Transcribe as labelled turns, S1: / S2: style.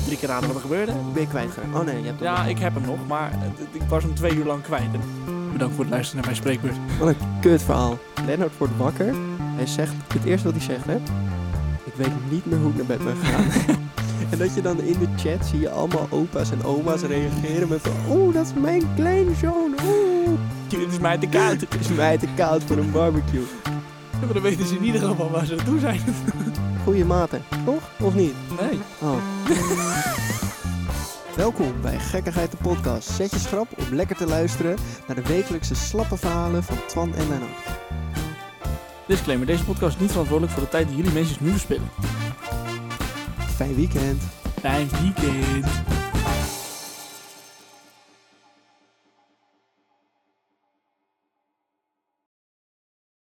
S1: drie keer raden wat er gebeurde.
S2: Ben je kwijtgeraakt? Oh nee, je hebt hem
S1: Ja,
S2: nog.
S1: ik heb hem nog, maar het- ik was hem twee uur lang kwijt. En Bedankt voor het luisteren naar mijn spreekbeurt.
S2: Wat een kut verhaal. Lennart wordt wakker. Hij zegt, het eerste wat hij zegt, hè. Ik weet niet meer hoe ik naar bed ben gegaan. en dat je dan in de chat zie je allemaal opa's en oma's reageren met van... Oeh, dat is mijn kleinzoon. Oeh,
S1: Het is mij te koud.
S2: het is mij te koud voor een barbecue.
S1: Maar dan weten ze in ieder geval waar ze aan toe zijn.
S2: Goeie maten, toch? Of niet?
S1: Nee.
S2: Oh. Welkom bij Gekkigheid de Podcast. Zet je schrap om lekker te luisteren naar de wekelijkse slappe verhalen van Twan en Lennart.
S1: Disclaimer, deze podcast is niet verantwoordelijk voor de tijd die jullie mensen nu verspillen.
S2: Fijn weekend.
S1: Fijn weekend.